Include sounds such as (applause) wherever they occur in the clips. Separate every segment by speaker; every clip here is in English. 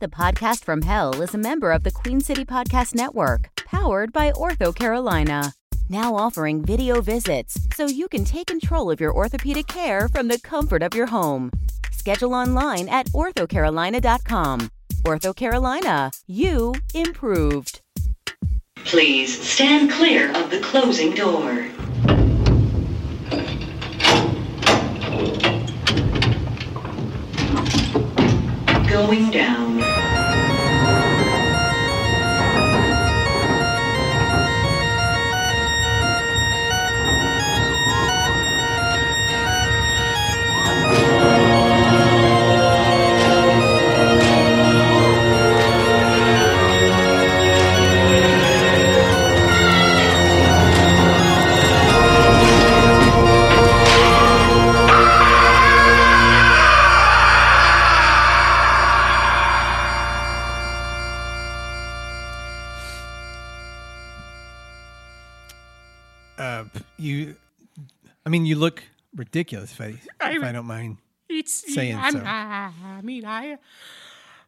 Speaker 1: The Podcast from Hell is a member of the Queen City Podcast Network, powered by Ortho Carolina. Now offering video visits so you can take control of your orthopedic care from the comfort of your home. Schedule online at orthocarolina.com. Ortho Carolina, you improved.
Speaker 2: Please stand clear of the closing door. Going down.
Speaker 3: Uh, you, I mean, you look ridiculous, if I, if I don't mind.
Speaker 4: It's
Speaker 3: saying
Speaker 4: I'm,
Speaker 3: so.
Speaker 4: I, I mean, I,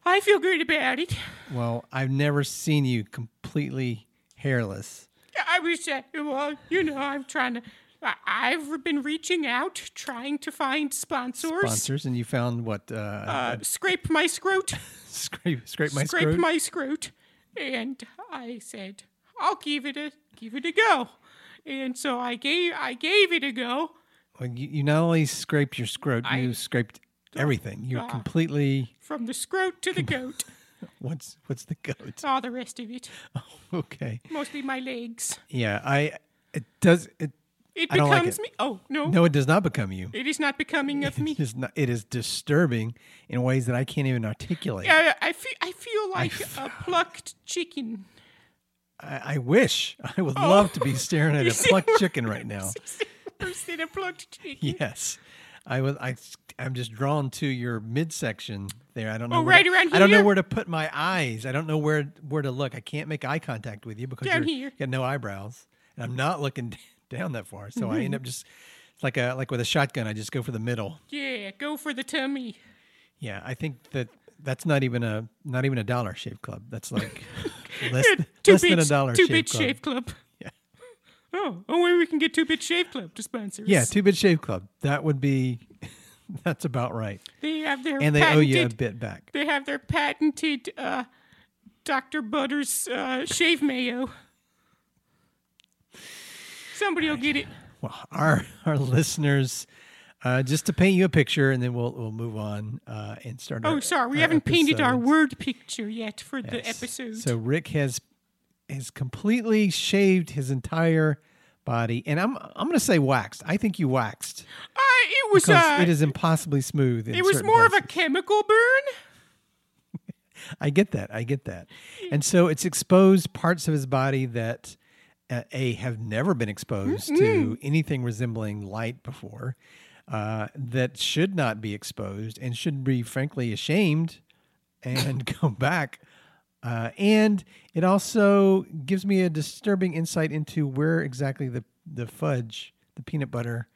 Speaker 4: I feel good about it.
Speaker 3: Well, I've never seen you completely hairless.
Speaker 4: I was, uh, well, you know, I'm trying to. I- I've been reaching out, trying to find sponsors.
Speaker 3: Sponsors, and you found what? Uh,
Speaker 4: Uh, scrape my scrote.
Speaker 3: (laughs) scrape, scrape (laughs) my
Speaker 4: scrape
Speaker 3: scrote?
Speaker 4: my scrote. And I said, I'll give it a give it a go. And so I gave I gave it a go.
Speaker 3: Well, you, you not only scraped your scrote, you scraped everything. You're completely
Speaker 4: From the scrote
Speaker 3: (laughs)
Speaker 4: to the goat.
Speaker 3: what's what's the goat? (laughs)
Speaker 4: All the rest of it.
Speaker 3: Okay,
Speaker 4: Mostly my legs.
Speaker 3: yeah, I it does it.
Speaker 4: It
Speaker 3: I don't like
Speaker 4: becomes
Speaker 3: it.
Speaker 4: me. Oh no.
Speaker 3: No, it does not become you.
Speaker 4: It is not becoming of me.
Speaker 3: It is not. It is disturbing in ways that I can't even articulate.
Speaker 4: I, I feel I feel like a plucked chicken. (laughs)
Speaker 3: I, I wish (laughs) I would love to be staring at a
Speaker 4: Oh, You see
Speaker 3: plucked
Speaker 4: where-
Speaker 3: chicken right now.
Speaker 4: Worse than a plucked chicken.
Speaker 3: Yes, I was. I I'm just drawn to your midsection there. I don't know.
Speaker 4: Oh,
Speaker 3: where
Speaker 4: right
Speaker 3: to-
Speaker 4: around
Speaker 3: I don't know
Speaker 4: here?
Speaker 3: where to put my eyes. I don't know where where to look. I can't make eye contact with you because
Speaker 4: Down
Speaker 3: you're,
Speaker 4: here.
Speaker 3: you got no eyebrows, and I'm not looking (laughs) down that far. So
Speaker 4: Mm-hmm.
Speaker 3: I end up just it's like a like with a shotgun. I just go for the middle.
Speaker 4: Yeah, go for the tummy.
Speaker 3: Yeah, I think that that's not even a not even a dollar shave club. That's
Speaker 4: (laughs)
Speaker 3: like less, th- (laughs)
Speaker 4: Two
Speaker 3: less
Speaker 4: bits,
Speaker 3: than a dollar
Speaker 4: two
Speaker 3: shave
Speaker 4: bits
Speaker 3: club.
Speaker 4: shave club. Yeah. (laughs) Oh, oh, maybe we can get two bit shave club to sponsor us.
Speaker 3: Yeah, two bit shave club. That would be. (laughs) That's about right.
Speaker 4: They have their
Speaker 3: And they owe
Speaker 4: patented,
Speaker 3: you a bit back.
Speaker 4: They have their patented uh, Dr. Butters uh, shave mayo. Somebody will get it.
Speaker 3: well, our our listeners, uh, just to paint you a picture, and then we'll we'll move on uh, and start.
Speaker 4: Oh,
Speaker 3: our-
Speaker 4: sorry, we
Speaker 3: our
Speaker 4: haven't painted our
Speaker 3: episodes.
Speaker 4: word picture yet for the episode. Uh,
Speaker 3: So Rick has has completely shaved his entire body, and I'm I'm going to say waxed. I think you waxed
Speaker 4: uh, it was
Speaker 3: because
Speaker 4: uh,
Speaker 3: it is impossibly smooth. in
Speaker 4: it was
Speaker 3: certain
Speaker 4: more of a
Speaker 3: places.
Speaker 4: chemical burn.
Speaker 3: I get that. I get that. And so it's exposed parts of his body that uh, a have never been exposed to anything resembling light before, uh, that should not be exposed and should be frankly ashamed and (laughs) go back. Uh, and it also gives me a disturbing insight into where exactly the the fudge, the peanut butter,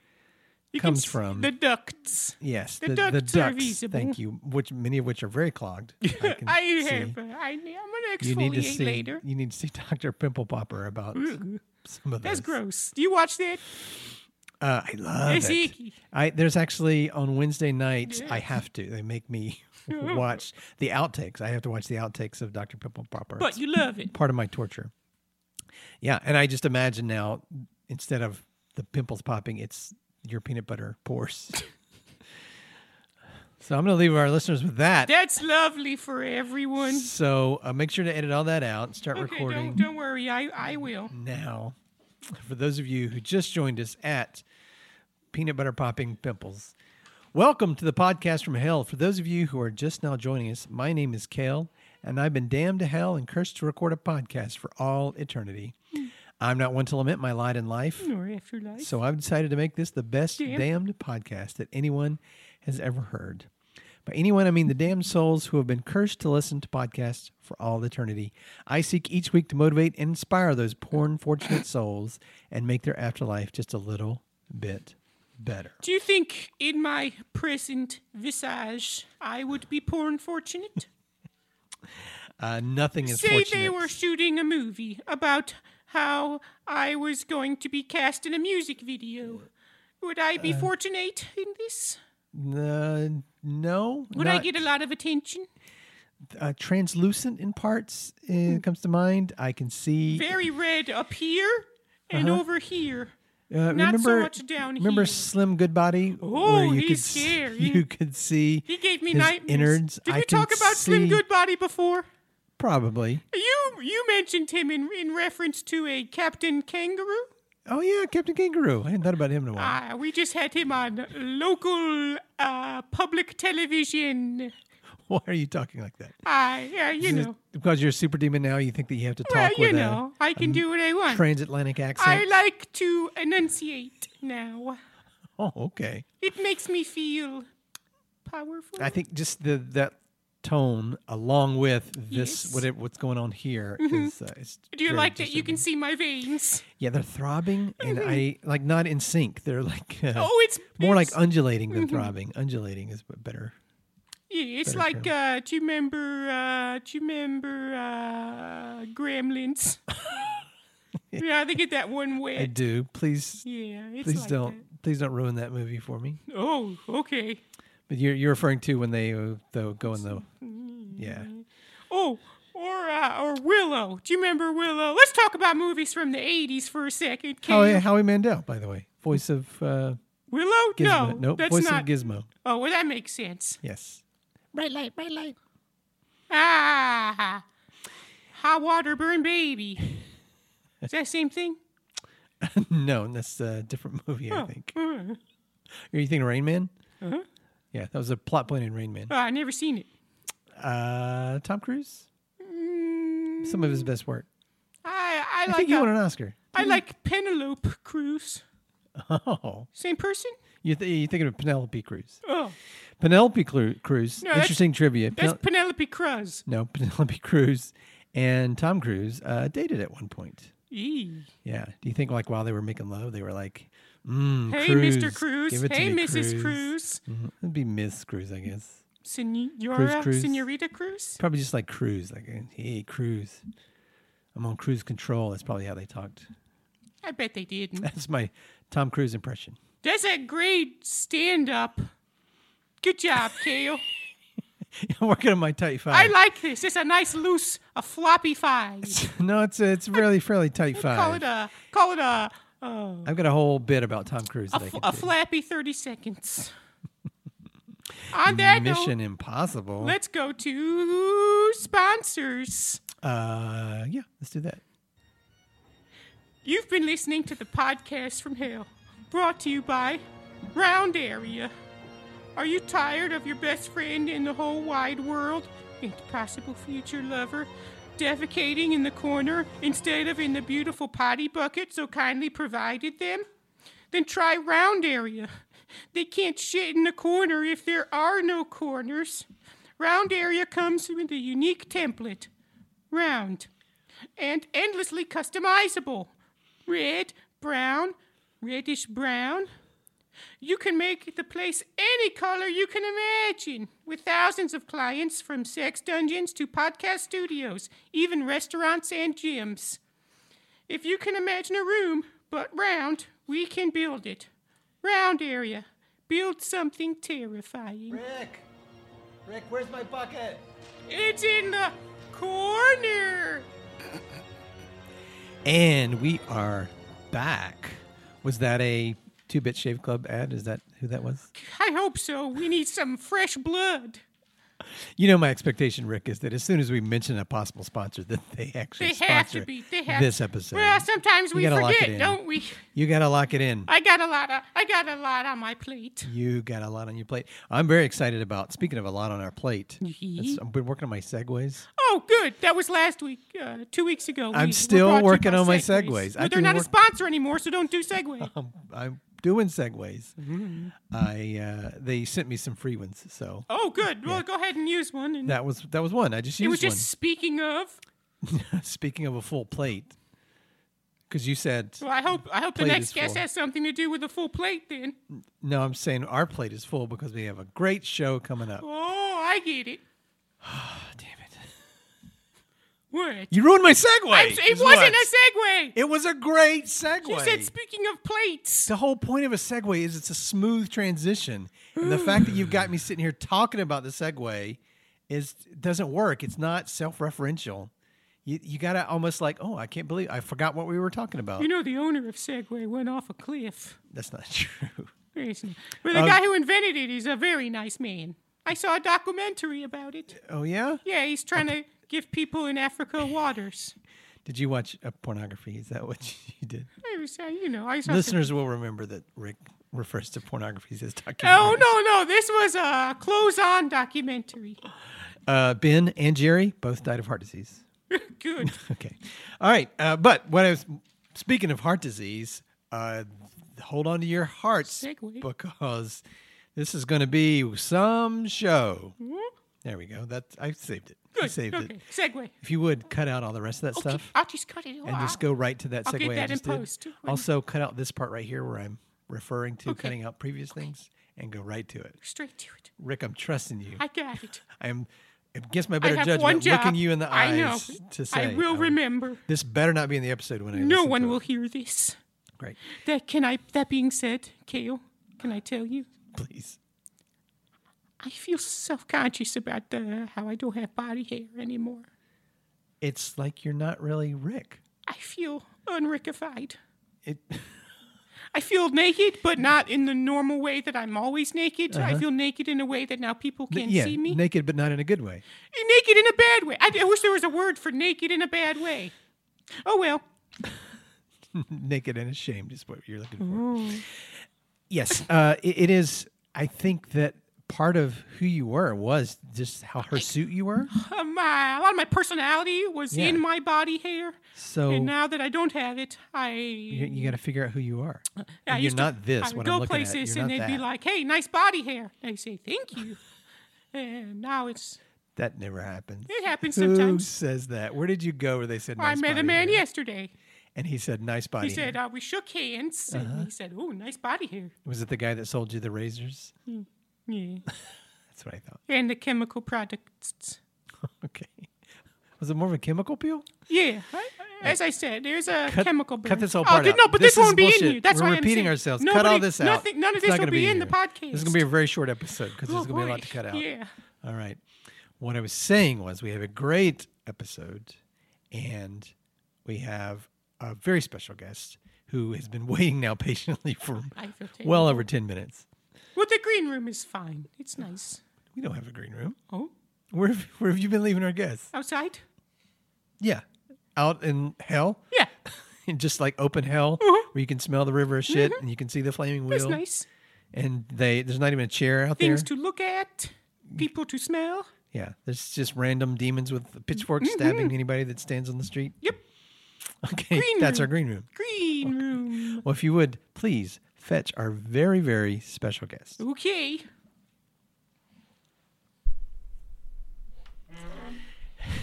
Speaker 4: You can
Speaker 3: comes
Speaker 4: see
Speaker 3: from
Speaker 4: the ducts.
Speaker 3: yes,
Speaker 4: The
Speaker 3: the, the
Speaker 4: ducts are
Speaker 3: ducts. Thank
Speaker 4: visible.
Speaker 3: you. Which many of which are very clogged.
Speaker 4: (laughs)
Speaker 3: I, can
Speaker 4: I
Speaker 3: see
Speaker 4: have. uh, I, I'm gonna exfoliate
Speaker 3: you need to see
Speaker 4: later.
Speaker 3: you need to see (laughs) Doctor Pimple Popper about s- some of
Speaker 4: That's
Speaker 3: this.
Speaker 4: gross. Do you watch that?
Speaker 3: Uh, I love
Speaker 4: It's
Speaker 3: it.
Speaker 4: icky.
Speaker 3: I there's actually on Wednesday nights I have to. They make
Speaker 4: (laughs)
Speaker 3: me watch the outtakes. I have to watch the outtakes of Doctor Pimple Popper.
Speaker 4: But you love it.
Speaker 3: part of my torture. Yeah, and I just imagine now instead of the pimples popping, it's your peanut butter
Speaker 4: (laughs)
Speaker 3: pores. so I'm going to leave our listeners with that.
Speaker 4: That's lovely for everyone.
Speaker 3: So uh, make sure to edit all that out and start
Speaker 4: Okay,
Speaker 3: recording. Mm.
Speaker 4: don't don't worry. I I will.
Speaker 3: now for those of you who just joined us at peanut butter popping pimples welcome to the podcast from hell for those of you who are just now joining us my name is kale and i've been damned to hell and cursed to record a podcast for all eternity i'm not one to lament my lot in life
Speaker 4: Nor afterlife.
Speaker 3: so I've decided to make this the best
Speaker 4: Damn.
Speaker 3: damned podcast that anyone has ever heard. By anyone, I mean the damned souls who have been cursed to listen to podcasts for all eternity. I seek each week to motivate and inspire those poor, unfortunate souls and make their afterlife just a little bit better.
Speaker 4: Do you think
Speaker 3: (laughs)
Speaker 4: in my present visage I would be poor and fortunate?
Speaker 3: Uh, nothing is
Speaker 4: Say
Speaker 3: fortunate.
Speaker 4: they were shooting a movie about how I was going to be cast in a music video. Would I be fortunate in this?
Speaker 3: Uh, no.
Speaker 4: Would I
Speaker 3: not-
Speaker 4: get a lot of attention?
Speaker 3: uh, translucent in parts uh, comes to mind. I can see.
Speaker 4: Very red up here and
Speaker 3: Uh-huh.
Speaker 4: over here.
Speaker 3: uh,
Speaker 4: not
Speaker 3: remember,
Speaker 4: so much down
Speaker 3: Remember
Speaker 4: here.
Speaker 3: Slim Goodbody?
Speaker 4: Oh,
Speaker 3: where you could
Speaker 4: he's
Speaker 3: s- (laughs)
Speaker 4: scary.
Speaker 3: You could see.
Speaker 4: He gave me
Speaker 3: his
Speaker 4: nightmares.
Speaker 3: innards.
Speaker 4: Did
Speaker 3: I
Speaker 4: we
Speaker 3: can
Speaker 4: talk about Slim
Speaker 3: see-
Speaker 4: Goodbody before?
Speaker 3: Probably.
Speaker 4: You you mentioned him in in reference to a Captain Kangaroo.
Speaker 3: Oh yeah, Captain Kangaroo. I hadn't thought about him in a while.
Speaker 4: Ah, we just had him on local uh, public television.
Speaker 3: (laughs) Why are you talking like that?
Speaker 4: I uh, you
Speaker 3: Is it
Speaker 4: know.
Speaker 3: Because you're a super demon now, you think that you have to talk
Speaker 4: Well, you
Speaker 3: with um,
Speaker 4: know, I can do what I
Speaker 3: a
Speaker 4: want.
Speaker 3: transatlantic accent.
Speaker 4: I like to enunciate now.
Speaker 3: oh, okay.
Speaker 4: It makes me feel powerful.
Speaker 3: I think just the that tone, along with this,
Speaker 4: Yes. Mm-hmm.
Speaker 3: what it, what's going on here, is, uh, is
Speaker 4: Do you
Speaker 3: very
Speaker 4: like that you
Speaker 3: disturbing.
Speaker 4: can see my veins?
Speaker 3: Yeah, they're throbbing, and I like not in sync. They're like uh,
Speaker 4: (laughs) Oh, it's
Speaker 3: (laughs) more
Speaker 4: it's-
Speaker 3: like undulating than
Speaker 4: Mm-hmm.
Speaker 3: throbbing. Undulating is b- better.
Speaker 4: Yeah, it's like uh, do you remember? Uh, do you remember uh,
Speaker 3: (laughs)
Speaker 4: Gremlins? (laughs) yeah, they get that one wet.
Speaker 3: I do. Please,
Speaker 4: Yeah, it's
Speaker 3: please
Speaker 4: like
Speaker 3: don't, please don't ruin that movie for
Speaker 4: (laughs)
Speaker 3: me.
Speaker 4: that. Oh, okay.
Speaker 3: But you're you're referring to when they uh, though go in the
Speaker 4: Mm-hmm.
Speaker 3: yeah.
Speaker 4: Oh, or uh, or Willow. Do you remember Willow? Let's talk about movies from the '80s for a second. Can
Speaker 3: Howie, Howie Mandel, by the way, voice of uh,
Speaker 4: Willow?
Speaker 3: Gizmo.
Speaker 4: No,
Speaker 3: nope,
Speaker 4: that's
Speaker 3: voice
Speaker 4: not.
Speaker 3: of Gizmo.
Speaker 4: oh, well, that makes sense.
Speaker 3: Yes. (laughs)
Speaker 4: Ah, hot water burn baby. Is that same thing?
Speaker 3: no, that's a different (laughs) movie. I think. Are you thinking Rain Man?
Speaker 4: Uh-huh.
Speaker 3: Yeah, that was a plot point in Rain Man.
Speaker 4: Oh, I never seen it.
Speaker 3: Uh, Tom Cruise, some of his best work.
Speaker 4: Mm, I I
Speaker 3: I
Speaker 4: like
Speaker 3: think he
Speaker 4: a-
Speaker 3: won an Oscar. (laughs)
Speaker 4: I like Penelope Cruz.
Speaker 3: Oh,
Speaker 4: Same person?
Speaker 3: you th- you're thinking of Penelope Cruz.
Speaker 4: Oh,
Speaker 3: Penelope Clu- Cruz.
Speaker 4: No, that's-
Speaker 3: interesting trivia.
Speaker 4: that's
Speaker 3: Penel-
Speaker 4: Penelope Cruz.
Speaker 3: no, (laughs) Penelope Cruz and Tom Cruise uh, dated at one point.
Speaker 4: Eee.
Speaker 3: Yeah. Do you think like while they were making love, they were like, mm,
Speaker 4: Hey,
Speaker 3: Cruz,
Speaker 4: Mr. Cruz.
Speaker 3: give it to
Speaker 4: Hey,
Speaker 3: me,
Speaker 4: Mrs. Cruz.
Speaker 3: Mhm. It'd be Miss Cruz, I guess.
Speaker 4: Senora,
Speaker 3: Cruz.
Speaker 4: Senorita Cruz.
Speaker 3: Probably just like Cruz, like hey Cruz, I'm on cruise control. That's probably how they talked. (laughs)
Speaker 4: I bet they didn't.
Speaker 3: That's my Tom Cruise impression. (laughs)
Speaker 4: That's a great stand up. Good job, Kale.
Speaker 3: I'm working on my tight five.
Speaker 4: I like this. It's a nice, loose, a floppy five.
Speaker 3: (laughs) no, it's it's really fairly tight five.
Speaker 4: Call it a call it a uh,
Speaker 3: I've got a whole bit about Tom Cruise
Speaker 4: a,
Speaker 3: that I
Speaker 4: fl-
Speaker 3: could
Speaker 4: a
Speaker 3: do.
Speaker 4: flappy
Speaker 3: (laughs)
Speaker 4: thirty seconds. On that
Speaker 3: Mission
Speaker 4: note,
Speaker 3: Impossible.
Speaker 4: let's go to sponsors.
Speaker 3: uh, yeah, let's do that.
Speaker 4: You've been listening to the podcast from hell, brought to you by Round Area. Are you tired of your best friend in the whole wide world and possible future lover defecating in the corner instead of in the beautiful potty bucket so kindly provided them? Then try Round Area. They can't shit in the corner if there are no corners. Round Area comes with a unique template. Round and endlessly customizable. Red, brown, reddish brown. You can make the place any color you can imagine with thousands of clients from sex dungeons to podcast studios, even restaurants and gyms. If you can imagine a room but round, we can build it. Round area. Build something terrifying.
Speaker 5: Rick! Rick, where's my bucket?
Speaker 4: It's in the corner.
Speaker 3: And we are back. Was that a Two Bit Shave Club ad? Is that who that was?
Speaker 4: I hope so. We need some fresh blood.
Speaker 3: You know, my expectation, Rick, is that as soon as we mention a possible sponsor, that they (laughs) actually
Speaker 4: They
Speaker 3: sponsor
Speaker 4: have to be. They have
Speaker 3: this episode.
Speaker 4: Well, sometimes
Speaker 3: You
Speaker 4: we
Speaker 3: gotta lock it
Speaker 4: forget,
Speaker 3: in.
Speaker 4: don't we?
Speaker 3: you got to lock it in.
Speaker 4: I got a lot of. I got a lot on my plate.
Speaker 3: You got a lot on your plate. I'm very excited about. Speaking of a lot on our plate, that's- I've been working on my segues.
Speaker 4: Oh, good. That was last week. Uh, two weeks ago.
Speaker 3: I'm
Speaker 4: were
Speaker 3: still
Speaker 4: brought to you
Speaker 3: working
Speaker 4: by
Speaker 3: on my segues. I
Speaker 4: But they're
Speaker 3: can
Speaker 4: not a
Speaker 3: work-
Speaker 4: sponsor anymore, so don't
Speaker 3: (laughs)
Speaker 4: do segue.
Speaker 3: I'm, I'm doing segues.
Speaker 4: Mm-hmm.
Speaker 3: I uh, they sent me some free ones, so
Speaker 4: Oh, good. Well, go ahead and use one. And
Speaker 3: that was that was one. I just
Speaker 4: it was
Speaker 3: used
Speaker 4: just speaking of.
Speaker 3: one. Speaking of a full plate, because you said
Speaker 4: Well, I hope. I hope the
Speaker 3: Plate
Speaker 4: next
Speaker 3: is
Speaker 4: guest
Speaker 3: full.
Speaker 4: has something to do with a full plate. Then.
Speaker 3: no, I'm saying our plate is full because we have a great show coming up.
Speaker 4: Oh, I get Oh, it.
Speaker 3: Damn it.
Speaker 4: What?
Speaker 3: You ruined my segue.
Speaker 4: I'm s- it
Speaker 3: is what.
Speaker 4: wasn't a segue.
Speaker 3: It was a great segue.
Speaker 4: you said, speaking of plates.
Speaker 3: the whole point of a segue is it's a smooth transition. And the fact that you've got me sitting here talking about the segue is doesn't work. It's not self-referential. You you gotta almost like, oh, I can't believe I forgot what we were talking about.
Speaker 4: You know, the owner of Segway went off a cliff.
Speaker 3: That's not (laughs) true.
Speaker 4: Seriously. But
Speaker 3: Uh,
Speaker 4: the guy who invented it is a very nice man. I saw a documentary about it.
Speaker 3: Oh yeah?
Speaker 4: Yeah, he's trying to give people in Africa waters.
Speaker 3: Did you watch a pornography? Is that what (laughs) you did?
Speaker 4: I was, uh, you know, I saw. some-
Speaker 3: Listeners will remember that Rick refers to pornography as documentary.
Speaker 4: Oh no, no! This was a close-on documentary. (laughs)
Speaker 3: Uh, ben and Jerry both died of heart disease. (laughs)
Speaker 4: Good.
Speaker 3: Okay. All right. Uh, but what I was speaking of heart disease, uh, hold on to your hearts
Speaker 4: Segue.
Speaker 3: because this is going to be some show. There we go. That's I saved it. I
Speaker 4: Mm-hmm. Good.
Speaker 3: saved
Speaker 4: okay.
Speaker 3: it.
Speaker 4: Segway.
Speaker 3: If you would cut out all the rest of that
Speaker 4: Okay,
Speaker 3: stuff
Speaker 4: I'll just cut it off.
Speaker 3: and just go right to that
Speaker 4: I'll
Speaker 3: segue
Speaker 4: get
Speaker 3: I
Speaker 4: that in
Speaker 3: just did.
Speaker 4: post.
Speaker 3: Also, cut out this part right here where I'm referring to
Speaker 4: Okay.
Speaker 3: cutting out previous things and go right to it.
Speaker 4: straight to it.
Speaker 3: Rick, I'm trusting you.
Speaker 4: I got it.
Speaker 3: I'm against my
Speaker 4: I
Speaker 3: better
Speaker 4: have
Speaker 3: judgment
Speaker 4: one job.
Speaker 3: looking you in the eyes
Speaker 4: I know.
Speaker 3: to say
Speaker 4: I will
Speaker 3: um,
Speaker 4: remember.
Speaker 3: This better not be in the episode when I
Speaker 4: No
Speaker 3: listen to
Speaker 4: one
Speaker 3: it.
Speaker 4: will hear this.
Speaker 3: Great.
Speaker 4: That can I? That being said, Kale, can I tell you?
Speaker 3: Please.
Speaker 4: I feel self-conscious about the how I don't have body hair anymore.
Speaker 3: It's like you're not really Rick.
Speaker 4: I feel unrickified.
Speaker 3: It
Speaker 4: I feel naked, but not in the normal way that I'm always naked. I feel naked in a way that now people can't
Speaker 3: Uh-huh. (laughs) yeah,
Speaker 4: see me.
Speaker 3: naked but not in a good way.
Speaker 4: naked in a bad way. I, I wish there was a word for naked in a bad way. Oh well.
Speaker 3: naked and ashamed is what you're looking for. Yes, uh, it, it is. I think that part of who you were was just how hirsute you
Speaker 4: (gasps)
Speaker 3: were.
Speaker 4: Uh, my, a lot of my personality was
Speaker 3: Yeah.
Speaker 4: in my body hair.
Speaker 3: So
Speaker 4: And
Speaker 3: you,
Speaker 4: now that I don't have it, I.
Speaker 3: you got to figure out who you are.
Speaker 4: I
Speaker 3: And you're
Speaker 4: used to-
Speaker 3: not this.
Speaker 4: I would
Speaker 3: what
Speaker 4: go
Speaker 3: I'm looking at.
Speaker 4: places
Speaker 3: You're
Speaker 4: and
Speaker 3: not
Speaker 4: they'd be
Speaker 3: that.
Speaker 4: like, "Hey, nice body hair." I say, "Thank
Speaker 3: (laughs)
Speaker 4: you." and now it's.
Speaker 3: that never happens.
Speaker 4: It happens
Speaker 3: Who
Speaker 4: sometimes.
Speaker 3: says that? Where did you go where they said nice
Speaker 4: I met a
Speaker 3: body
Speaker 4: man
Speaker 3: hair?
Speaker 4: yesterday.
Speaker 3: And he said nice body.
Speaker 4: He
Speaker 3: hair." Uh-huh.
Speaker 4: said uh, we shook hands, and he said, "Oh, nice body hair."
Speaker 3: Was it the guy that sold you the razors?
Speaker 4: Yeah.
Speaker 3: That's what I thought.
Speaker 4: and the chemical products.
Speaker 3: Okay. (laughs) Was it more of a chemical peel?
Speaker 4: Yeah, I- as I said, there's a chemical. Burn.
Speaker 3: Cut this whole
Speaker 4: Oh,
Speaker 3: part
Speaker 4: did-
Speaker 3: out.
Speaker 4: No, but this,
Speaker 3: is
Speaker 4: won't be in
Speaker 3: bullshit.
Speaker 4: here. That's
Speaker 3: We're
Speaker 4: why I'm
Speaker 3: repeating
Speaker 4: saying
Speaker 3: ourselves. cut
Speaker 4: nobody-
Speaker 3: all this out.
Speaker 4: Nothing, none of
Speaker 3: It's
Speaker 4: this
Speaker 3: not
Speaker 4: will
Speaker 3: gonna
Speaker 4: be, in the
Speaker 3: here.
Speaker 4: podcast.
Speaker 3: This is going to be a very short episode because
Speaker 4: Oh,
Speaker 3: there's going to be a lot
Speaker 4: boy.
Speaker 3: to cut out.
Speaker 4: Yeah.
Speaker 3: All right. What I was saying was we have a great episode and we have a very special guest who has been (laughs) waiting now patiently for
Speaker 4: I feel terrible.
Speaker 3: well over 10 minutes.
Speaker 4: Well, the green room is fine. It's nice.
Speaker 3: We don't have a green room.
Speaker 4: Oh,
Speaker 3: Where have, where have you been leaving our guests?
Speaker 4: outside?
Speaker 3: Yeah. Out in hell? (laughs)
Speaker 4: Yeah,
Speaker 3: in just like open hell where you can smell the river of shit and you can see the flaming
Speaker 4: Mm-hmm. that's
Speaker 3: wheel.
Speaker 4: nice.
Speaker 3: And they there's not even a chair out
Speaker 4: Things
Speaker 3: there.
Speaker 4: to look at, people to smell.
Speaker 3: yeah, there's just random demons with pitchforks stabbing anybody that stands on the street.
Speaker 4: Mm-hmm. Yep,
Speaker 3: (laughs) Okay,
Speaker 4: Green
Speaker 3: that's our
Speaker 4: room.
Speaker 3: green room.
Speaker 4: green room.
Speaker 3: Well, if you would please fetch our very very special guest.
Speaker 4: Okay.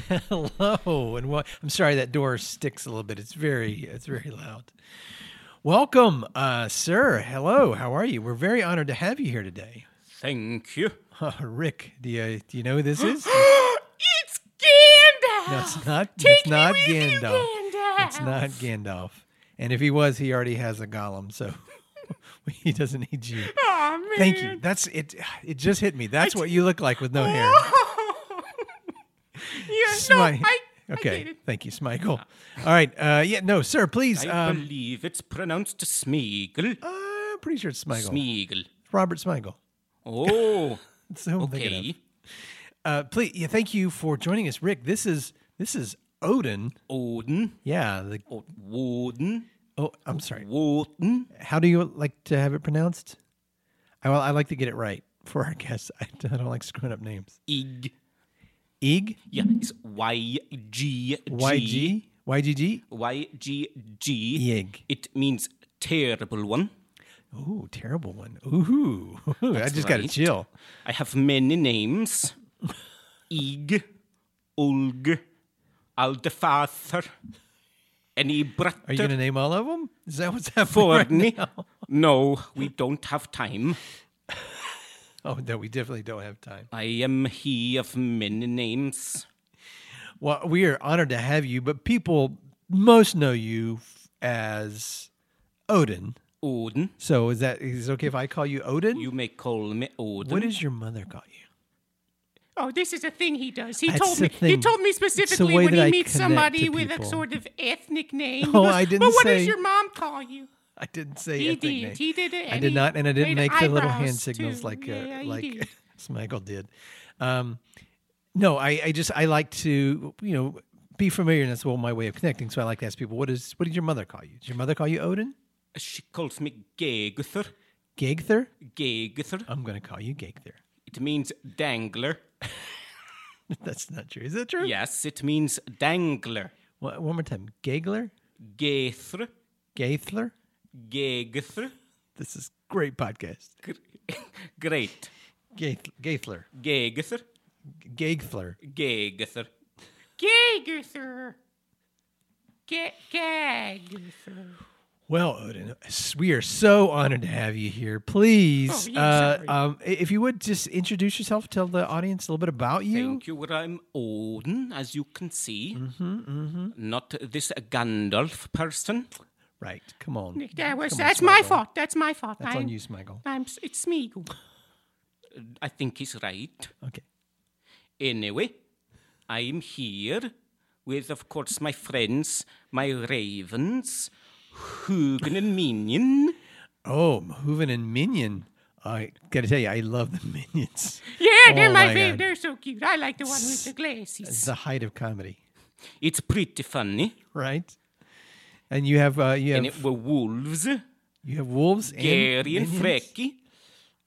Speaker 3: Hello, and well, I'm sorry that door sticks a little bit. It's very it's very loud. Welcome, uh, sir. Hello, how are you? We're very honored to have you here today. (laughs)
Speaker 6: Thank you.
Speaker 3: Uh, Rick, do you do you know who this
Speaker 4: (gasps)
Speaker 3: is?
Speaker 4: It's Gandalf.
Speaker 3: No, it's not.
Speaker 4: Take
Speaker 3: it's not
Speaker 4: me with you,
Speaker 3: Gandalf.
Speaker 4: Gandalf.
Speaker 3: It's not Gandalf. And if he was, he already has a golem, so (laughs) he doesn't need you.
Speaker 4: Aw, Oh, man.
Speaker 3: Thank you. That's it. It just hit me. That's what you look like with no hair.
Speaker 4: (laughs) yeah, Oh, no,
Speaker 3: Smi-
Speaker 4: I, I
Speaker 3: okay.
Speaker 4: get it.
Speaker 3: Thank you, Smichael. All right. Uh, yeah. No, sir. Please.
Speaker 6: I
Speaker 3: Um, Oh.
Speaker 6: believe it's pronounced Smeagol.
Speaker 3: I'm pretty sure it's Smichael. (laughs)
Speaker 6: Smeagol.
Speaker 3: Robert Smichael.
Speaker 6: Oh,
Speaker 3: That's who I'm thinking of.
Speaker 6: okay.
Speaker 3: Uh, please. Yeah. Thank you for joining us, Rick. This is this is Odin.
Speaker 6: Odin.
Speaker 3: Yeah. The,
Speaker 6: O- Woden.
Speaker 3: oh, I'm sorry.
Speaker 6: Woden.
Speaker 3: How do you like to have it pronounced? I, well, I like to get it right for our (laughs) guests. I, I don't like screwing up names.
Speaker 6: Ig.
Speaker 3: Ig?
Speaker 6: Yeah, it's Y-G-G.
Speaker 3: YG? YGG?
Speaker 6: Y-G-G.
Speaker 3: Yig.
Speaker 6: It means terrible one.
Speaker 3: Ooh, terrible one. Ooh. (laughs) I just got to
Speaker 6: right.
Speaker 3: chill.
Speaker 6: I have many names. Ig. Ulg. Aldefather. Any
Speaker 4: (laughs)
Speaker 3: Are you going to name all of them? Is that what's (laughs) happening?
Speaker 6: for
Speaker 3: right
Speaker 6: me?
Speaker 3: now?
Speaker 6: No, we don't have time.
Speaker 3: Oh, no, we definitely don't have time.
Speaker 6: I am he of many names.
Speaker 3: Well, we are honored to have you, but people most know you f- as Odin.
Speaker 4: Odin.
Speaker 3: So is that is it okay if I call you Odin?
Speaker 4: You may call me Odin.
Speaker 3: what does your mother call you?
Speaker 7: Oh, this is a thing he does. He
Speaker 3: That's
Speaker 7: told
Speaker 3: the
Speaker 7: me. He
Speaker 3: thing.
Speaker 7: told me
Speaker 3: It's the
Speaker 7: specifically
Speaker 3: way
Speaker 7: when he
Speaker 3: that I
Speaker 7: meets
Speaker 3: connect
Speaker 7: somebody
Speaker 3: to
Speaker 7: with a
Speaker 3: people.
Speaker 7: sort of ethnic name. he
Speaker 3: Oh,
Speaker 7: goes,
Speaker 3: I didn't
Speaker 7: But what does
Speaker 3: say-
Speaker 7: your mom call you?
Speaker 3: I didn't say
Speaker 7: He
Speaker 3: ethnic
Speaker 7: did.
Speaker 3: name.
Speaker 7: He did it.
Speaker 3: I
Speaker 7: and
Speaker 3: did
Speaker 7: he
Speaker 3: not, and I didn't
Speaker 7: made
Speaker 3: make the little hand
Speaker 7: eyebrows,
Speaker 3: signals
Speaker 7: too.
Speaker 3: like uh,
Speaker 7: Yeah, he
Speaker 3: like (laughs)
Speaker 7: did.
Speaker 3: Smichael did. Um, no, I, I just I like to you know be familiar, and that's well my way of connecting. So I like to ask people, what is what did your mother call you? Did your mother call you Odin?
Speaker 4: She calls me Geguther.
Speaker 3: Gaegther?
Speaker 4: Geguther.
Speaker 3: I'm going to call you Gaegther.
Speaker 4: It means dangler.
Speaker 3: (laughs) That's not true. Is that true?
Speaker 4: Yes, it means dangler.
Speaker 3: Wha- one more time. Gaegler?
Speaker 4: Gethr.
Speaker 3: Gaethler?
Speaker 4: Geguther.
Speaker 3: This is great podcast.
Speaker 4: (laughs) Great.
Speaker 3: Gaeth- Gaethler.
Speaker 4: Geguther.
Speaker 3: Gaegfler.
Speaker 4: Geguther.
Speaker 7: Gagerther. Ga- Gagerther.
Speaker 3: Well, Odin, s- we are so honored to have you here. Please,
Speaker 7: Oh, yeah,
Speaker 3: uh,
Speaker 7: sorry.
Speaker 3: um, i- if you would just introduce yourself, tell the audience a little bit about you.
Speaker 4: Thank you. Well, I'm Odin, as you can see. Mm-hmm, Not this Gandalf person.
Speaker 3: Right, come on.
Speaker 7: That was.
Speaker 3: Come on,
Speaker 7: that's my
Speaker 3: Smeagol.
Speaker 7: fault. That's my fault.
Speaker 3: That's
Speaker 7: I'm,
Speaker 3: on you, Smeagol.
Speaker 7: I'm. s- It's Smeagol.
Speaker 4: I think he's right.
Speaker 3: Okay.
Speaker 4: Anyway, I'm here with, of course, my friends, my ravens, Hugin and Minion.
Speaker 3: Oh, Hooven and Minion. I got to tell you, I love the (laughs) Minions.
Speaker 7: Yeah, they're
Speaker 3: Oh
Speaker 7: my,
Speaker 3: my
Speaker 7: favorite.
Speaker 3: God.
Speaker 7: They're so cute. I like the one with the glasses.
Speaker 3: It's the height of comedy,
Speaker 4: It's pretty funny.
Speaker 3: right? And you have uh, you have
Speaker 4: And it were wolves,
Speaker 3: you have wolves. and
Speaker 4: Gary and
Speaker 3: minions?
Speaker 4: Frecky.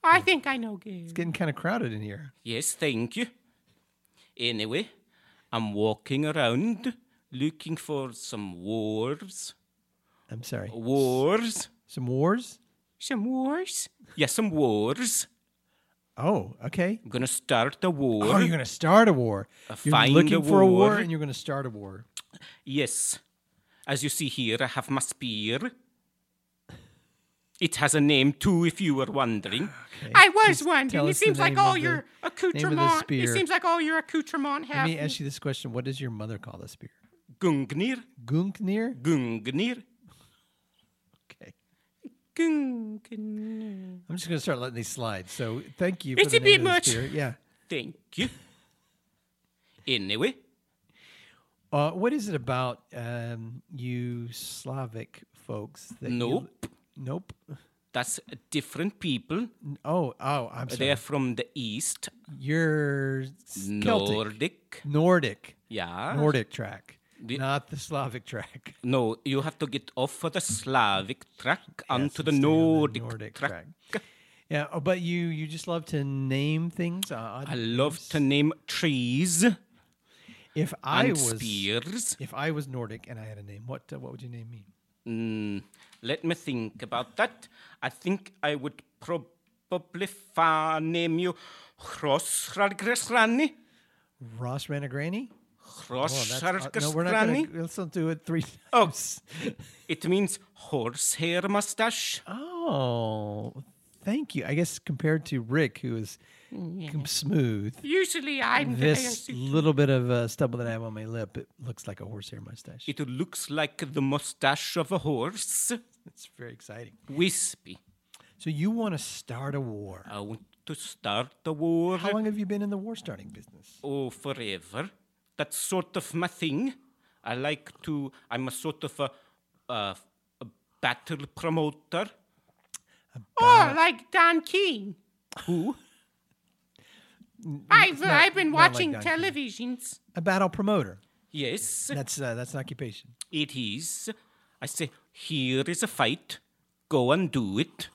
Speaker 7: I think I know Gary.
Speaker 3: It's getting kind of crowded in here.
Speaker 4: Yes, thank you. Anyway, I'm walking around looking for some wars.
Speaker 3: I'm sorry.
Speaker 4: Wars.
Speaker 3: Some wars.
Speaker 7: Some wars.
Speaker 4: Yes, some wars.
Speaker 3: Oh, okay.
Speaker 4: I'm going to start a war.
Speaker 3: Oh, you're going to start a war. you're
Speaker 4: find a
Speaker 3: looking for a war
Speaker 4: war.
Speaker 3: and you're going to start a war.
Speaker 4: Yes. As you see here, I have my spear. It has a name too, if you were wondering.
Speaker 7: I was
Speaker 3: Just tell
Speaker 7: wondering. It
Speaker 3: us the
Speaker 7: seems like
Speaker 3: name of
Speaker 7: all
Speaker 3: the-
Speaker 7: your
Speaker 3: the
Speaker 7: accoutrement. It
Speaker 3: spear.
Speaker 7: seems like all your accoutrement
Speaker 3: Let
Speaker 7: have.
Speaker 3: me ask you this question. What does your mother call the spear?
Speaker 4: Gungnir,
Speaker 3: Gungnir?
Speaker 4: Gungnir.
Speaker 3: Okay.
Speaker 7: Gungnir.
Speaker 3: I'm just going to start letting these slide. So thank you for
Speaker 7: It's
Speaker 3: the
Speaker 7: a
Speaker 3: name
Speaker 7: bit
Speaker 3: of the
Speaker 7: much.
Speaker 3: spear. Yeah.
Speaker 4: Thank you. Anyway,
Speaker 3: Uh, what is it about um, you Slavic folks? That you-
Speaker 4: Nope.
Speaker 3: nope.
Speaker 4: that's different people.
Speaker 3: Oh, oh, I'm sorry.
Speaker 4: They're from the east,
Speaker 3: You're s- Celtic.
Speaker 4: Nordic.
Speaker 3: Nordic.
Speaker 4: Yeah.
Speaker 3: Nordic track.
Speaker 4: The-
Speaker 3: not the Slavic track.
Speaker 4: No, you have to get off of the Slavic track onto
Speaker 3: Yes,
Speaker 4: the
Speaker 3: I'm staying on
Speaker 4: Nordic, track.
Speaker 3: Yeah, oh, but you you just love to name things. Uh, odd
Speaker 4: I love
Speaker 3: names.
Speaker 4: to name trees
Speaker 3: If I
Speaker 4: and
Speaker 3: was
Speaker 4: spears.
Speaker 3: if I was Nordic and I had a name, what uh, what would your name mean?
Speaker 4: Mm, let me think about that. I think I would probably fa- name you Hrosragresrani.
Speaker 3: Ross Ranagranny?
Speaker 4: Hrosragresrani.
Speaker 3: uh, no, we're Oh, not gonna, let's not do it three (laughs)
Speaker 4: Oh.
Speaker 3: times.
Speaker 4: It means horsehair mustache.
Speaker 3: Oh, thank you. I guess compared to Rick, who is com- smooth,
Speaker 7: Usually I'm
Speaker 3: this
Speaker 7: the
Speaker 3: little bit of uh, stubble that I have on my lip, it looks like a horsehair mustache.
Speaker 4: It looks like the mustache of a horse.
Speaker 3: It's very exciting.
Speaker 4: Wispy.
Speaker 3: So you want to start a war?
Speaker 4: I want to start the war.
Speaker 3: How long have you been in the war starting business?
Speaker 4: Oh, forever. That's sort of my thing. I like to, I'm a sort of a, a, a battle promoter.
Speaker 7: Or Oh, like Don King.
Speaker 4: Who?
Speaker 7: (laughs) I've I've been
Speaker 3: not like
Speaker 7: watching
Speaker 3: Don King.
Speaker 7: televisions.
Speaker 3: A battle promoter.
Speaker 4: Yes,
Speaker 3: That's uh, that's an occupation.
Speaker 4: it is. I say, here is a fight. Go and do it.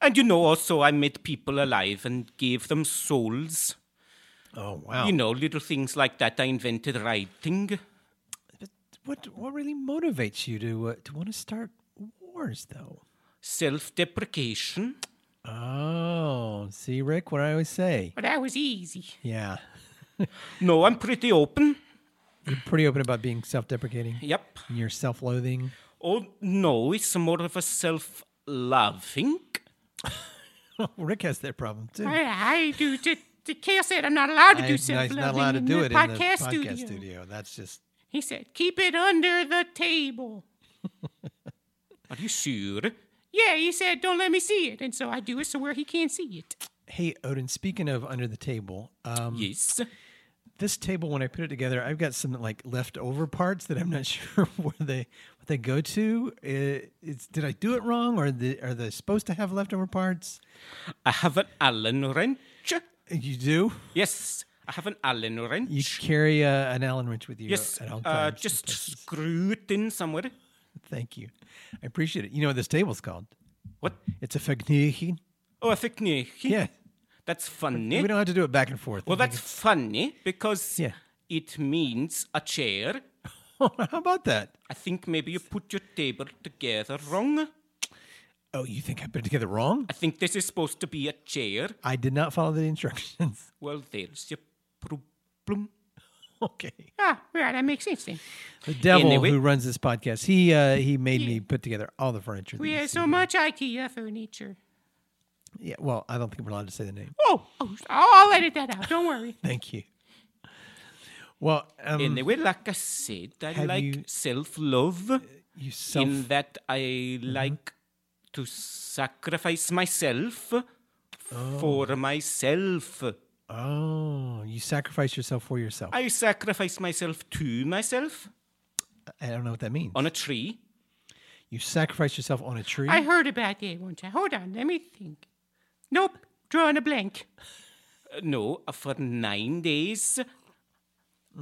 Speaker 4: And you know, also, I made people alive and gave them souls.
Speaker 3: Oh wow!
Speaker 4: You know, little things like that. I invented writing.
Speaker 3: But what what really motivates you to uh, to want to start wars though?
Speaker 4: Self deprecation.
Speaker 3: Oh, see, Rick, what I always say.
Speaker 7: But that was easy.
Speaker 3: Yeah,
Speaker 4: No, I'm pretty open.
Speaker 3: you're pretty open about being self-deprecating.
Speaker 4: Yep.
Speaker 3: And you're (laughs) self-loathing.
Speaker 4: Oh, no, it's more of a self loving.
Speaker 3: Rick has that problem too.
Speaker 7: I, I do. T- Kale said, I'm not allowed to
Speaker 3: I-
Speaker 7: do
Speaker 3: no,
Speaker 7: self
Speaker 3: he's
Speaker 7: loving.
Speaker 3: not allowed to do it in the podcast studio. That's just
Speaker 7: He said, Keep it under the table.
Speaker 4: Are you sure?
Speaker 7: Yeah, he said, Don't let me see it. And so I do it so where he can't see it.
Speaker 3: hey Odin. Speaking of under the table, um,
Speaker 4: Yes.
Speaker 3: this table when I put it together, I've got some like leftover parts that I'm not (laughs) sure where they what they go to. It, it's did I do it wrong, or the, are they supposed to have leftover parts?
Speaker 4: I have an Allen wrench.
Speaker 3: You do.
Speaker 4: Yes, I have an Allen wrench.
Speaker 3: You carry uh, an Allen wrench with you
Speaker 4: yes,
Speaker 3: at all
Speaker 4: uh,
Speaker 3: times.
Speaker 4: just screw it in somewhere.
Speaker 3: Thank you. I appreciate it. You know what this table's called?
Speaker 4: What?
Speaker 3: It's a Fagnihin.
Speaker 4: Oh, I think nee.
Speaker 3: Yeah.
Speaker 4: That's funny.
Speaker 3: We don't have to do it back and forth.
Speaker 4: well,
Speaker 3: I think
Speaker 4: that's funny
Speaker 3: (laughs)
Speaker 4: because
Speaker 3: Yeah. (laughs)
Speaker 4: it means a chair.
Speaker 3: it's- How about that?
Speaker 4: I think maybe you put your table together wrong.
Speaker 3: Oh, you think I put it together wrong?
Speaker 4: I think this is supposed to be a chair.
Speaker 3: I did not follow the instructions. (laughs)
Speaker 4: Well, there's your problem.
Speaker 3: okay.
Speaker 7: Ah, right, that makes sense then.
Speaker 3: The devil
Speaker 4: Anyway.
Speaker 3: who runs this podcast, he uh, he made me put together all the furniture. that
Speaker 7: We
Speaker 3: you
Speaker 7: had
Speaker 3: see
Speaker 7: so
Speaker 3: here.
Speaker 7: much IKEA furniture.
Speaker 3: Yeah. Well, I don't think we're allowed to say the name.
Speaker 7: Oh, oh I'll I'll edit that out. Don't worry.
Speaker 3: Thank you. Well, um,
Speaker 4: Anyway, like I said, I
Speaker 3: have
Speaker 4: like
Speaker 3: you-
Speaker 4: self love
Speaker 3: you self.
Speaker 4: in that I like to sacrifice myself for myself.
Speaker 3: oh, you sacrifice yourself for yourself. I,
Speaker 4: I sacrifice myself to myself
Speaker 3: don't know what that means.
Speaker 4: on a tree.
Speaker 3: you sacrifice yourself on a tree.
Speaker 7: I heard about that one time. Hold on, let me think. Nope, drawing a blank.
Speaker 4: Uh, No, uh, for nine days,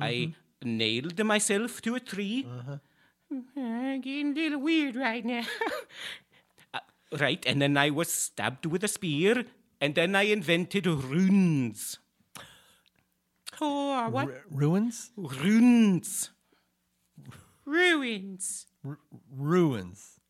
Speaker 4: I nailed myself to a tree.
Speaker 7: Uh, getting a little weird right now. (laughs)
Speaker 4: Right, and then I was stabbed with a spear, and then I invented runes.
Speaker 7: oh, what
Speaker 3: Ru- ruins.
Speaker 4: Runes.
Speaker 7: ruins?
Speaker 3: Ruins.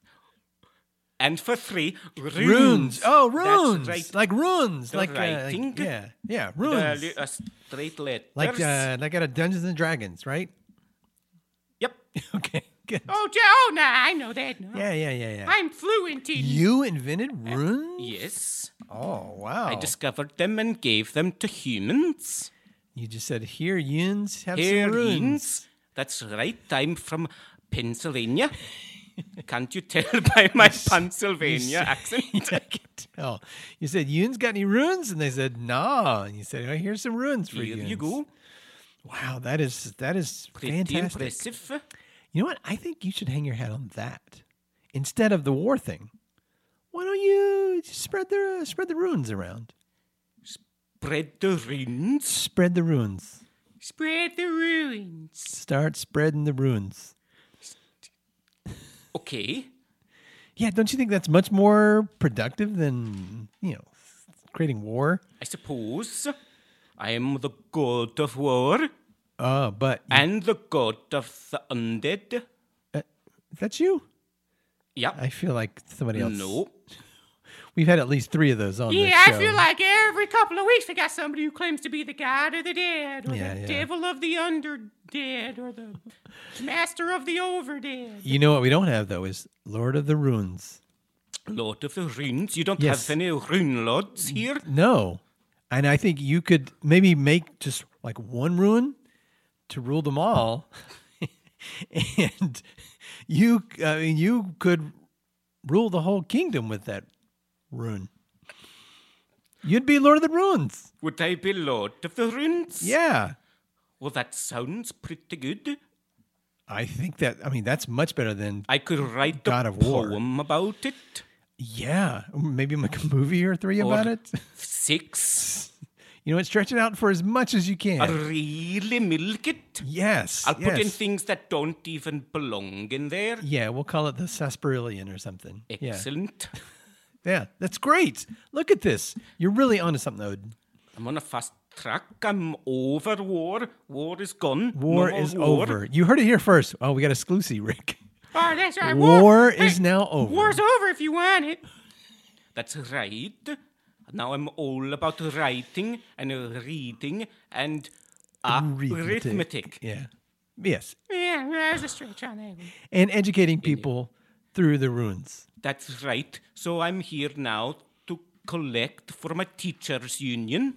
Speaker 4: And for three, runes.
Speaker 3: Runes. Oh, runes.
Speaker 4: That's right.
Speaker 3: Like runes.
Speaker 4: The
Speaker 3: like, uh, like-
Speaker 4: writing.
Speaker 3: yeah, yeah,
Speaker 4: Uh,
Speaker 3: runes.
Speaker 4: li- uh, straight letters.
Speaker 3: like uh, like out of Dungeons and Dragons, right? (laughs)
Speaker 4: Yep.
Speaker 3: okay, good.
Speaker 7: Oh, ja- oh, nah, I know that. No.
Speaker 3: Yeah, yeah, yeah, yeah.
Speaker 7: I'm fluent in.
Speaker 3: you invented runes?
Speaker 4: Yes.
Speaker 3: Oh wow!
Speaker 4: I discovered them and gave them to humans.
Speaker 3: you just said here yins have
Speaker 4: Here,
Speaker 3: some runes. (laughs)
Speaker 4: runes. That's right. I'm from Pennsylvania. (laughs) Can't you tell by my Pennsylvania accent?
Speaker 3: I can tell. You said yins got any runes, and they said nah. And you said oh, here's some runes for
Speaker 4: Here
Speaker 3: you.
Speaker 4: you go.
Speaker 3: Wow, that is that is
Speaker 4: Pretty
Speaker 3: fantastic.
Speaker 4: impressive.
Speaker 3: You know what? I think you should hang your hat on that instead of the war thing. Why don't you just spread the spread the runes around?
Speaker 4: Spread the runes.
Speaker 3: Spread the runes.
Speaker 7: Spread the ruins.
Speaker 3: Start spreading the runes.
Speaker 4: Okay.
Speaker 3: Yeah, don't you think that's much more productive than you know creating war?
Speaker 4: I suppose I am the god of war
Speaker 3: Uh, but you-
Speaker 4: and the god of the undead.
Speaker 3: that's you.
Speaker 4: Yeah.
Speaker 3: I feel like somebody else.
Speaker 4: No.
Speaker 3: we've had at least three of those on.
Speaker 7: Yeah,
Speaker 3: this
Speaker 7: I
Speaker 3: show.
Speaker 7: feel like every couple of weeks I got somebody who claims to be the god of the dead, or
Speaker 3: Yeah,
Speaker 7: the
Speaker 3: yeah.
Speaker 7: devil of the underdead, or the master of the
Speaker 3: (laughs)
Speaker 7: overdead.
Speaker 3: you know what we don't have though is Lord of the Runes.
Speaker 4: Lord of the runes. You don't
Speaker 3: Yes.
Speaker 4: have any rune lords here.
Speaker 3: No, and I think you could maybe make just like one rune to rule them all, (laughs) and you I mean you could rule the whole kingdom with that rune. You'd be Lord of the Runes.
Speaker 4: Would I be Lord of the runes?
Speaker 3: Yeah.
Speaker 4: Well, that sounds pretty good.
Speaker 3: I think that I mean that's much better than
Speaker 4: I could write
Speaker 3: God
Speaker 4: a
Speaker 3: of War.
Speaker 4: poem about it.
Speaker 3: yeah maybe make a movie or three about
Speaker 4: Or
Speaker 3: it. (laughs)
Speaker 4: Six.
Speaker 3: You know what? Stretch it out for as much as you can.
Speaker 4: I really milk it.
Speaker 3: yes,
Speaker 4: I'll put in
Speaker 3: yes.
Speaker 4: things that don't even belong in there.
Speaker 3: yeah, we'll call it the sarsaparillion or something.
Speaker 4: Excellent.
Speaker 3: Yeah, yeah, that's great. Look at this. You're really onto something, Odin.
Speaker 4: I'm on a fast track. I'm over war. War is gone. No
Speaker 3: War
Speaker 4: more
Speaker 3: is over. You heard it here first. Oh, we got exclusive, Rick.
Speaker 7: Oh, that's right.
Speaker 3: War is now over.
Speaker 7: War's over if you want it.
Speaker 4: That's right. Now I'm all about writing and reading and
Speaker 3: Arithmetic.
Speaker 4: Ah, arithmetic.
Speaker 3: Yeah. Yes,
Speaker 7: Yeah, there's a stretch on that one.
Speaker 3: and educating people through the runes.
Speaker 4: That's right. So I'm here now to collect for my teachers' union.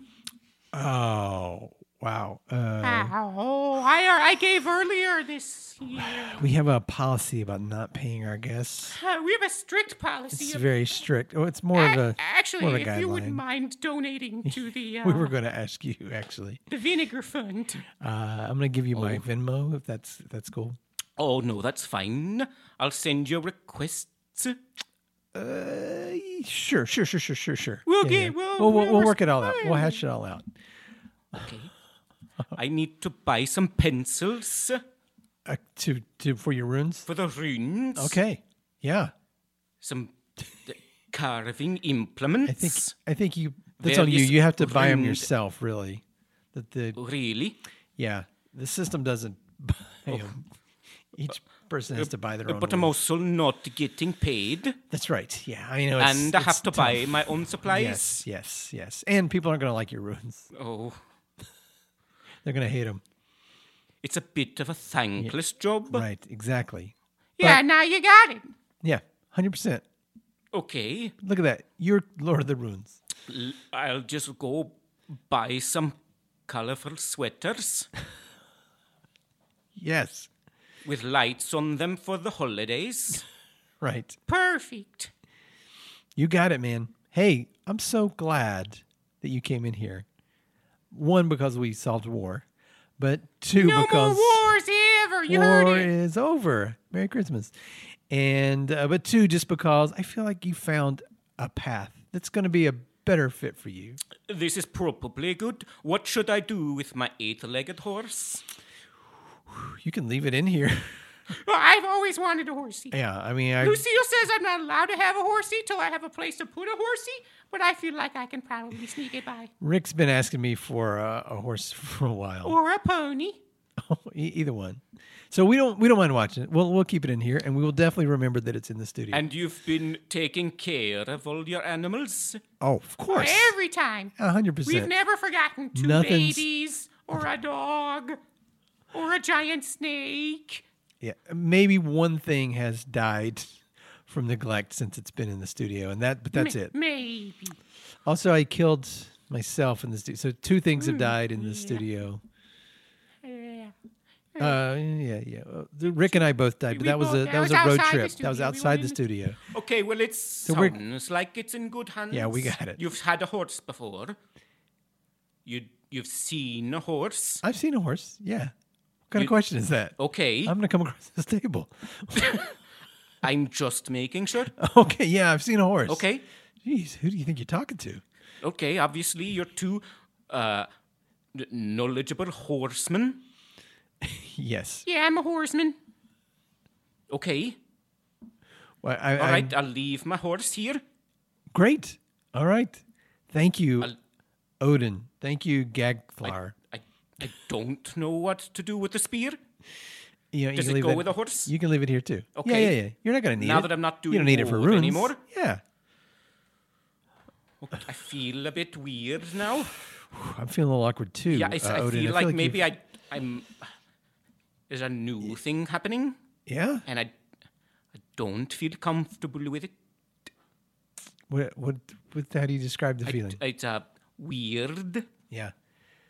Speaker 3: Oh, wow. Uh,
Speaker 7: Ow. I, I gave earlier this year.
Speaker 3: we have a policy about not paying our guests.
Speaker 7: Uh, we have a strict policy
Speaker 3: It's
Speaker 7: of
Speaker 3: very strict. Oh, it's more of
Speaker 7: A-
Speaker 3: a
Speaker 7: actually,
Speaker 3: more of a
Speaker 7: if you wouldn't
Speaker 3: guideline.
Speaker 7: mind donating
Speaker 3: (laughs)
Speaker 7: to the uh,
Speaker 3: We were going to ask you actually.
Speaker 7: the vinegar fund,
Speaker 3: Uh, I'm going to give you my Venmo if that's if that's cool.
Speaker 4: Oh, no, that's fine. I'll send you requests.
Speaker 3: Uh, sure, sure, sure, sure, sure, sure.
Speaker 7: We'll get- we'll-
Speaker 3: we'll, we'll,
Speaker 7: we'll
Speaker 3: work it all out. We'll hash it all out.
Speaker 4: Okay. I need to buy some pencils
Speaker 3: Uh, to to for your runes.
Speaker 4: for the runes.
Speaker 3: Okay. Yeah.
Speaker 4: Some d- carving
Speaker 3: I think
Speaker 4: implements.
Speaker 3: I think you. That's on you.
Speaker 4: Various
Speaker 3: You have to buy them
Speaker 4: rune-
Speaker 3: yourself, really. That the
Speaker 4: Really?
Speaker 3: yeah the system doesn't (laughs) buy
Speaker 4: Oh.
Speaker 3: 'em. Each person has to buy their own.
Speaker 4: But I'm
Speaker 3: runes.
Speaker 4: also not getting paid,
Speaker 3: That's right. Yeah, I know. It's,
Speaker 4: and I
Speaker 3: it's
Speaker 4: have to
Speaker 3: tough.
Speaker 4: buy my own supplies.
Speaker 3: Yes, yes, yes. And people aren't going to like your runes.
Speaker 4: Oh,
Speaker 3: They're going to hate them.
Speaker 4: it's a bit of a thankless job.
Speaker 3: right. Exactly.
Speaker 7: yeah, now you got it.
Speaker 3: Yeah. Hundred percent.
Speaker 4: Okay,
Speaker 3: Look at that. You're Lord of the Runes.
Speaker 4: l- I'll just go buy some colorful sweaters
Speaker 3: Yes.
Speaker 4: with lights on them for the holidays.
Speaker 3: Right.
Speaker 7: Perfect.
Speaker 3: You got it, man. Hey, I'm so glad that you came in here. One because we solved war, but two
Speaker 7: No
Speaker 3: because
Speaker 7: more wars ever. You
Speaker 3: war
Speaker 7: heard it.
Speaker 3: is over. Merry Christmas. And uh, but two just because I feel like you found a path that's going to be a better fit for you.
Speaker 4: This is probably good. What should I do with my eight-legged horse?
Speaker 3: You can leave it in here.
Speaker 7: Well, I've always wanted a horsey.
Speaker 3: yeah, I mean, I,
Speaker 7: Lucille says I'm not allowed to have a horsey till I have a place to put a horsey, but I feel like I can probably sneak it by.
Speaker 3: Rick's been asking me for uh, a horse for a while.
Speaker 7: Or a pony.
Speaker 3: (laughs) E- either one. So we don't we don't mind watching it. We'll we'll keep it in here, and we will definitely remember that it's in the studio.
Speaker 4: And you've been taking care of all your animals?
Speaker 3: oh, of course,
Speaker 7: Every time.
Speaker 3: a hundred
Speaker 7: We've
Speaker 3: percent.
Speaker 7: never forgotten two
Speaker 3: Nothing's-
Speaker 7: babies or a dog or a giant snake.
Speaker 3: Yeah, maybe one thing has died from neglect since it's been in the studio, and that but that's it.
Speaker 7: Maybe.
Speaker 3: Also, I killed myself in the studio, so two things have died in the studio.
Speaker 7: Mm. Yeah.
Speaker 3: Uh, yeah, yeah. Uh, Rick and I both died, but
Speaker 7: We
Speaker 3: that was
Speaker 7: both-
Speaker 3: a
Speaker 7: that
Speaker 3: that was
Speaker 7: was
Speaker 3: a road
Speaker 7: outside the
Speaker 3: trip. That was
Speaker 7: studio. We
Speaker 3: outside
Speaker 7: were
Speaker 3: the
Speaker 7: in-
Speaker 3: studio.
Speaker 4: Okay, well, it
Speaker 3: we're-
Speaker 4: sounds like it's in good hands.
Speaker 3: Yeah, we got it.
Speaker 4: You've had a horse before. You you've seen a horse.
Speaker 3: I've seen a horse. Yeah. What kind
Speaker 4: You-
Speaker 3: of question is that?
Speaker 4: Okay,
Speaker 3: I'm
Speaker 4: I'm,
Speaker 3: gonna come across this table.
Speaker 4: just making sure.
Speaker 3: (laughs) Okay, yeah, I've seen a horse.
Speaker 4: Okay,
Speaker 3: Jeez, who do you think you're talking to? (laughs)
Speaker 4: okay. Obviously, you're two uh, n- knowledgeable horsemen.
Speaker 3: Yes.
Speaker 7: Yeah, I'm a horseman.
Speaker 4: Okay,
Speaker 3: Well, I,
Speaker 4: all
Speaker 3: I-
Speaker 4: right. I'll leave my horse here.
Speaker 3: Great. All right. Thank you, Odin. Thank you, Gagflar.
Speaker 4: I I don't know what to do with the spear.
Speaker 3: You know, you
Speaker 4: does
Speaker 3: can
Speaker 4: it
Speaker 3: leave
Speaker 4: go with a horse?
Speaker 3: You can leave it here too.
Speaker 4: Okay.
Speaker 3: Yeah, yeah, yeah. You're not gonna need it.
Speaker 4: Now that I'm not
Speaker 3: you
Speaker 4: doing
Speaker 3: don't need it for
Speaker 4: wood
Speaker 3: runes
Speaker 4: anymore?
Speaker 3: Yeah.
Speaker 4: I feel a bit weird now.
Speaker 3: I'm feeling a little awkward too.
Speaker 4: Yeah, I, s-
Speaker 3: uh,
Speaker 4: I
Speaker 3: Odin.
Speaker 4: feel like
Speaker 3: you've-
Speaker 4: maybe I I'm. There's a new thing happening.
Speaker 3: Yeah.
Speaker 4: and I, I don't feel comfortable with it.
Speaker 3: What? What? With how do you describe the feeling?
Speaker 4: It's uh, weird.
Speaker 3: yeah.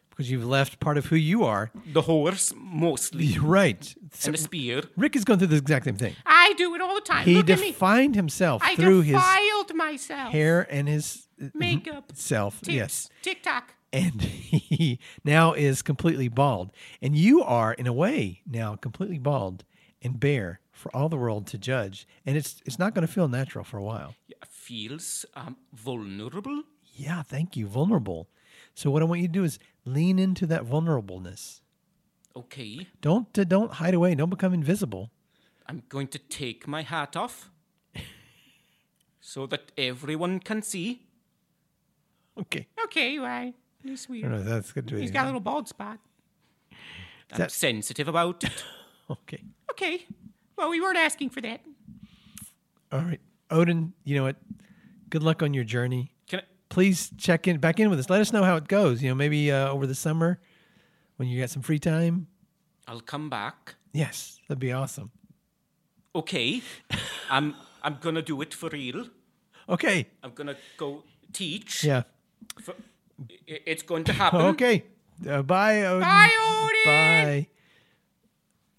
Speaker 3: Because you've left part of who you
Speaker 4: (laughs)
Speaker 3: are.
Speaker 4: The horse mostly,
Speaker 3: You're right. So
Speaker 4: and the spear.
Speaker 3: Rick is going through the exact same thing.
Speaker 7: I do it all the time.
Speaker 3: He
Speaker 7: Look at me.
Speaker 3: defined himself
Speaker 7: I
Speaker 3: through his
Speaker 7: defiled myself.
Speaker 3: hair and his uh,
Speaker 7: Makeup.
Speaker 3: self.
Speaker 7: Tick-
Speaker 3: Yes.
Speaker 7: TikTok.
Speaker 3: and (laughs) he now is completely bald. And you are, in a way, now completely bald and bare for all the world to judge. And it's it's not going to feel natural for a while.
Speaker 4: Yeah, feels um, vulnerable.
Speaker 3: Yeah, thank you. Vulnerable. So what I want you to do is lean into that vulnerableness.
Speaker 4: Okay,
Speaker 3: Don't uh, don't hide away. Don't become invisible.
Speaker 4: I'm going to take my hat
Speaker 3: (laughs)
Speaker 4: off so that everyone can see.
Speaker 3: Okay.
Speaker 7: Okay, right. He's
Speaker 3: I don't know
Speaker 7: weird.
Speaker 3: if that's good to
Speaker 7: He's got a little bald spot.
Speaker 4: I'm
Speaker 3: That-
Speaker 4: sensitive about it.
Speaker 3: Okay.
Speaker 7: Okay. Well, we weren't asking for that.
Speaker 3: All right. Odin, you know what? Good luck on your journey.
Speaker 4: Can I,
Speaker 3: please check in back in with us. Let us know how it goes. You know, maybe uh, over the summer when you got some free time.
Speaker 4: I'll come back.
Speaker 3: Yes, that'd be awesome. (laughs)
Speaker 4: Okay, I'm I'm gonna do it for real.
Speaker 3: Okay.
Speaker 4: I'm gonna go teach
Speaker 3: Yeah.
Speaker 4: for I- It's going to happen.
Speaker 3: (laughs) Okay. Uh, bye, Odin.
Speaker 7: Bye, Odin!
Speaker 3: Bye.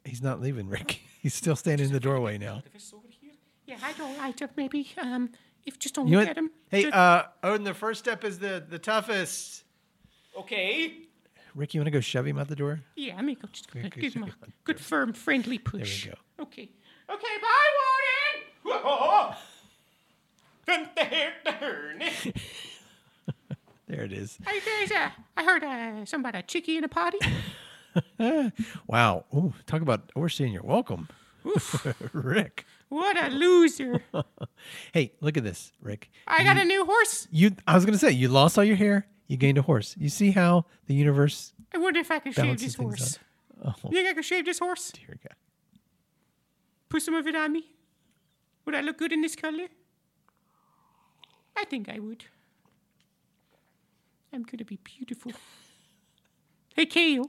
Speaker 3: He's not leaving, Rick. (laughs) He's still standing in the doorway now.
Speaker 4: If it's over here,
Speaker 7: Yeah, I don't like him. Maybe um, if just don't
Speaker 3: You know
Speaker 7: look
Speaker 3: what?
Speaker 7: at him.
Speaker 3: Hey,
Speaker 7: Just-
Speaker 3: uh, Odin, the first step is the, the toughest.
Speaker 4: Okay.
Speaker 3: Rick, you want to go shove him out the door?
Speaker 7: yeah, I mean, go just go ahead,
Speaker 3: good
Speaker 7: give him
Speaker 3: shot.
Speaker 7: a good, firm, friendly push.
Speaker 3: go.
Speaker 7: Okay. Okay, bye, Warden.
Speaker 3: There it is.
Speaker 7: (laughs) Hey, there's a. I heard uh, something about a chickie in a potty.
Speaker 3: Ah, Wow. Ooh, talk about overstaying your welcome. (laughs) Rick.
Speaker 7: What a loser!
Speaker 3: Hey, look at this, Rick.
Speaker 7: I got a new horse.
Speaker 3: You I was gonna say you lost all your hair, you gained a horse. You see how the universe
Speaker 7: I wonder if I could shave
Speaker 3: balances
Speaker 7: this
Speaker 3: things
Speaker 7: horse.
Speaker 3: out. Oh
Speaker 7: You think I could shave this horse?
Speaker 3: dear God.
Speaker 7: Put some of it on me. Would I look good in this color? I think I would. I'm gonna be beautiful. Hey, Kale.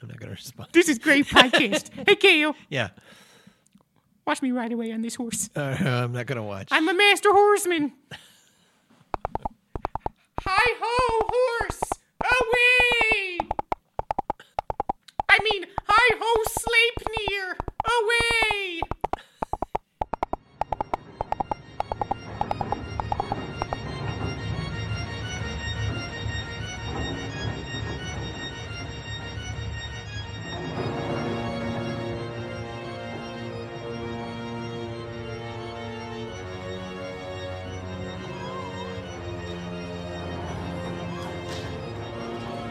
Speaker 3: I'm not gonna respond.
Speaker 7: (laughs) This is great podcast. (laughs) hey, Kale.
Speaker 3: Yeah.
Speaker 7: Watch me ride away on this horse.
Speaker 3: Uh, I'm not gonna watch.
Speaker 7: I'm a master horseman. Hi ho, horse! Away! I mean, hi ho, Sleipnir! Away!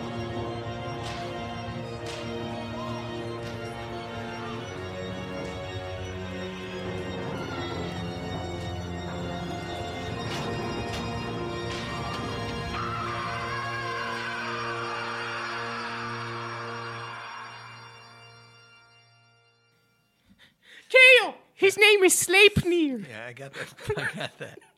Speaker 7: Kale! His name is Sleipnir.
Speaker 3: Yeah, I got that. (laughs) I got that.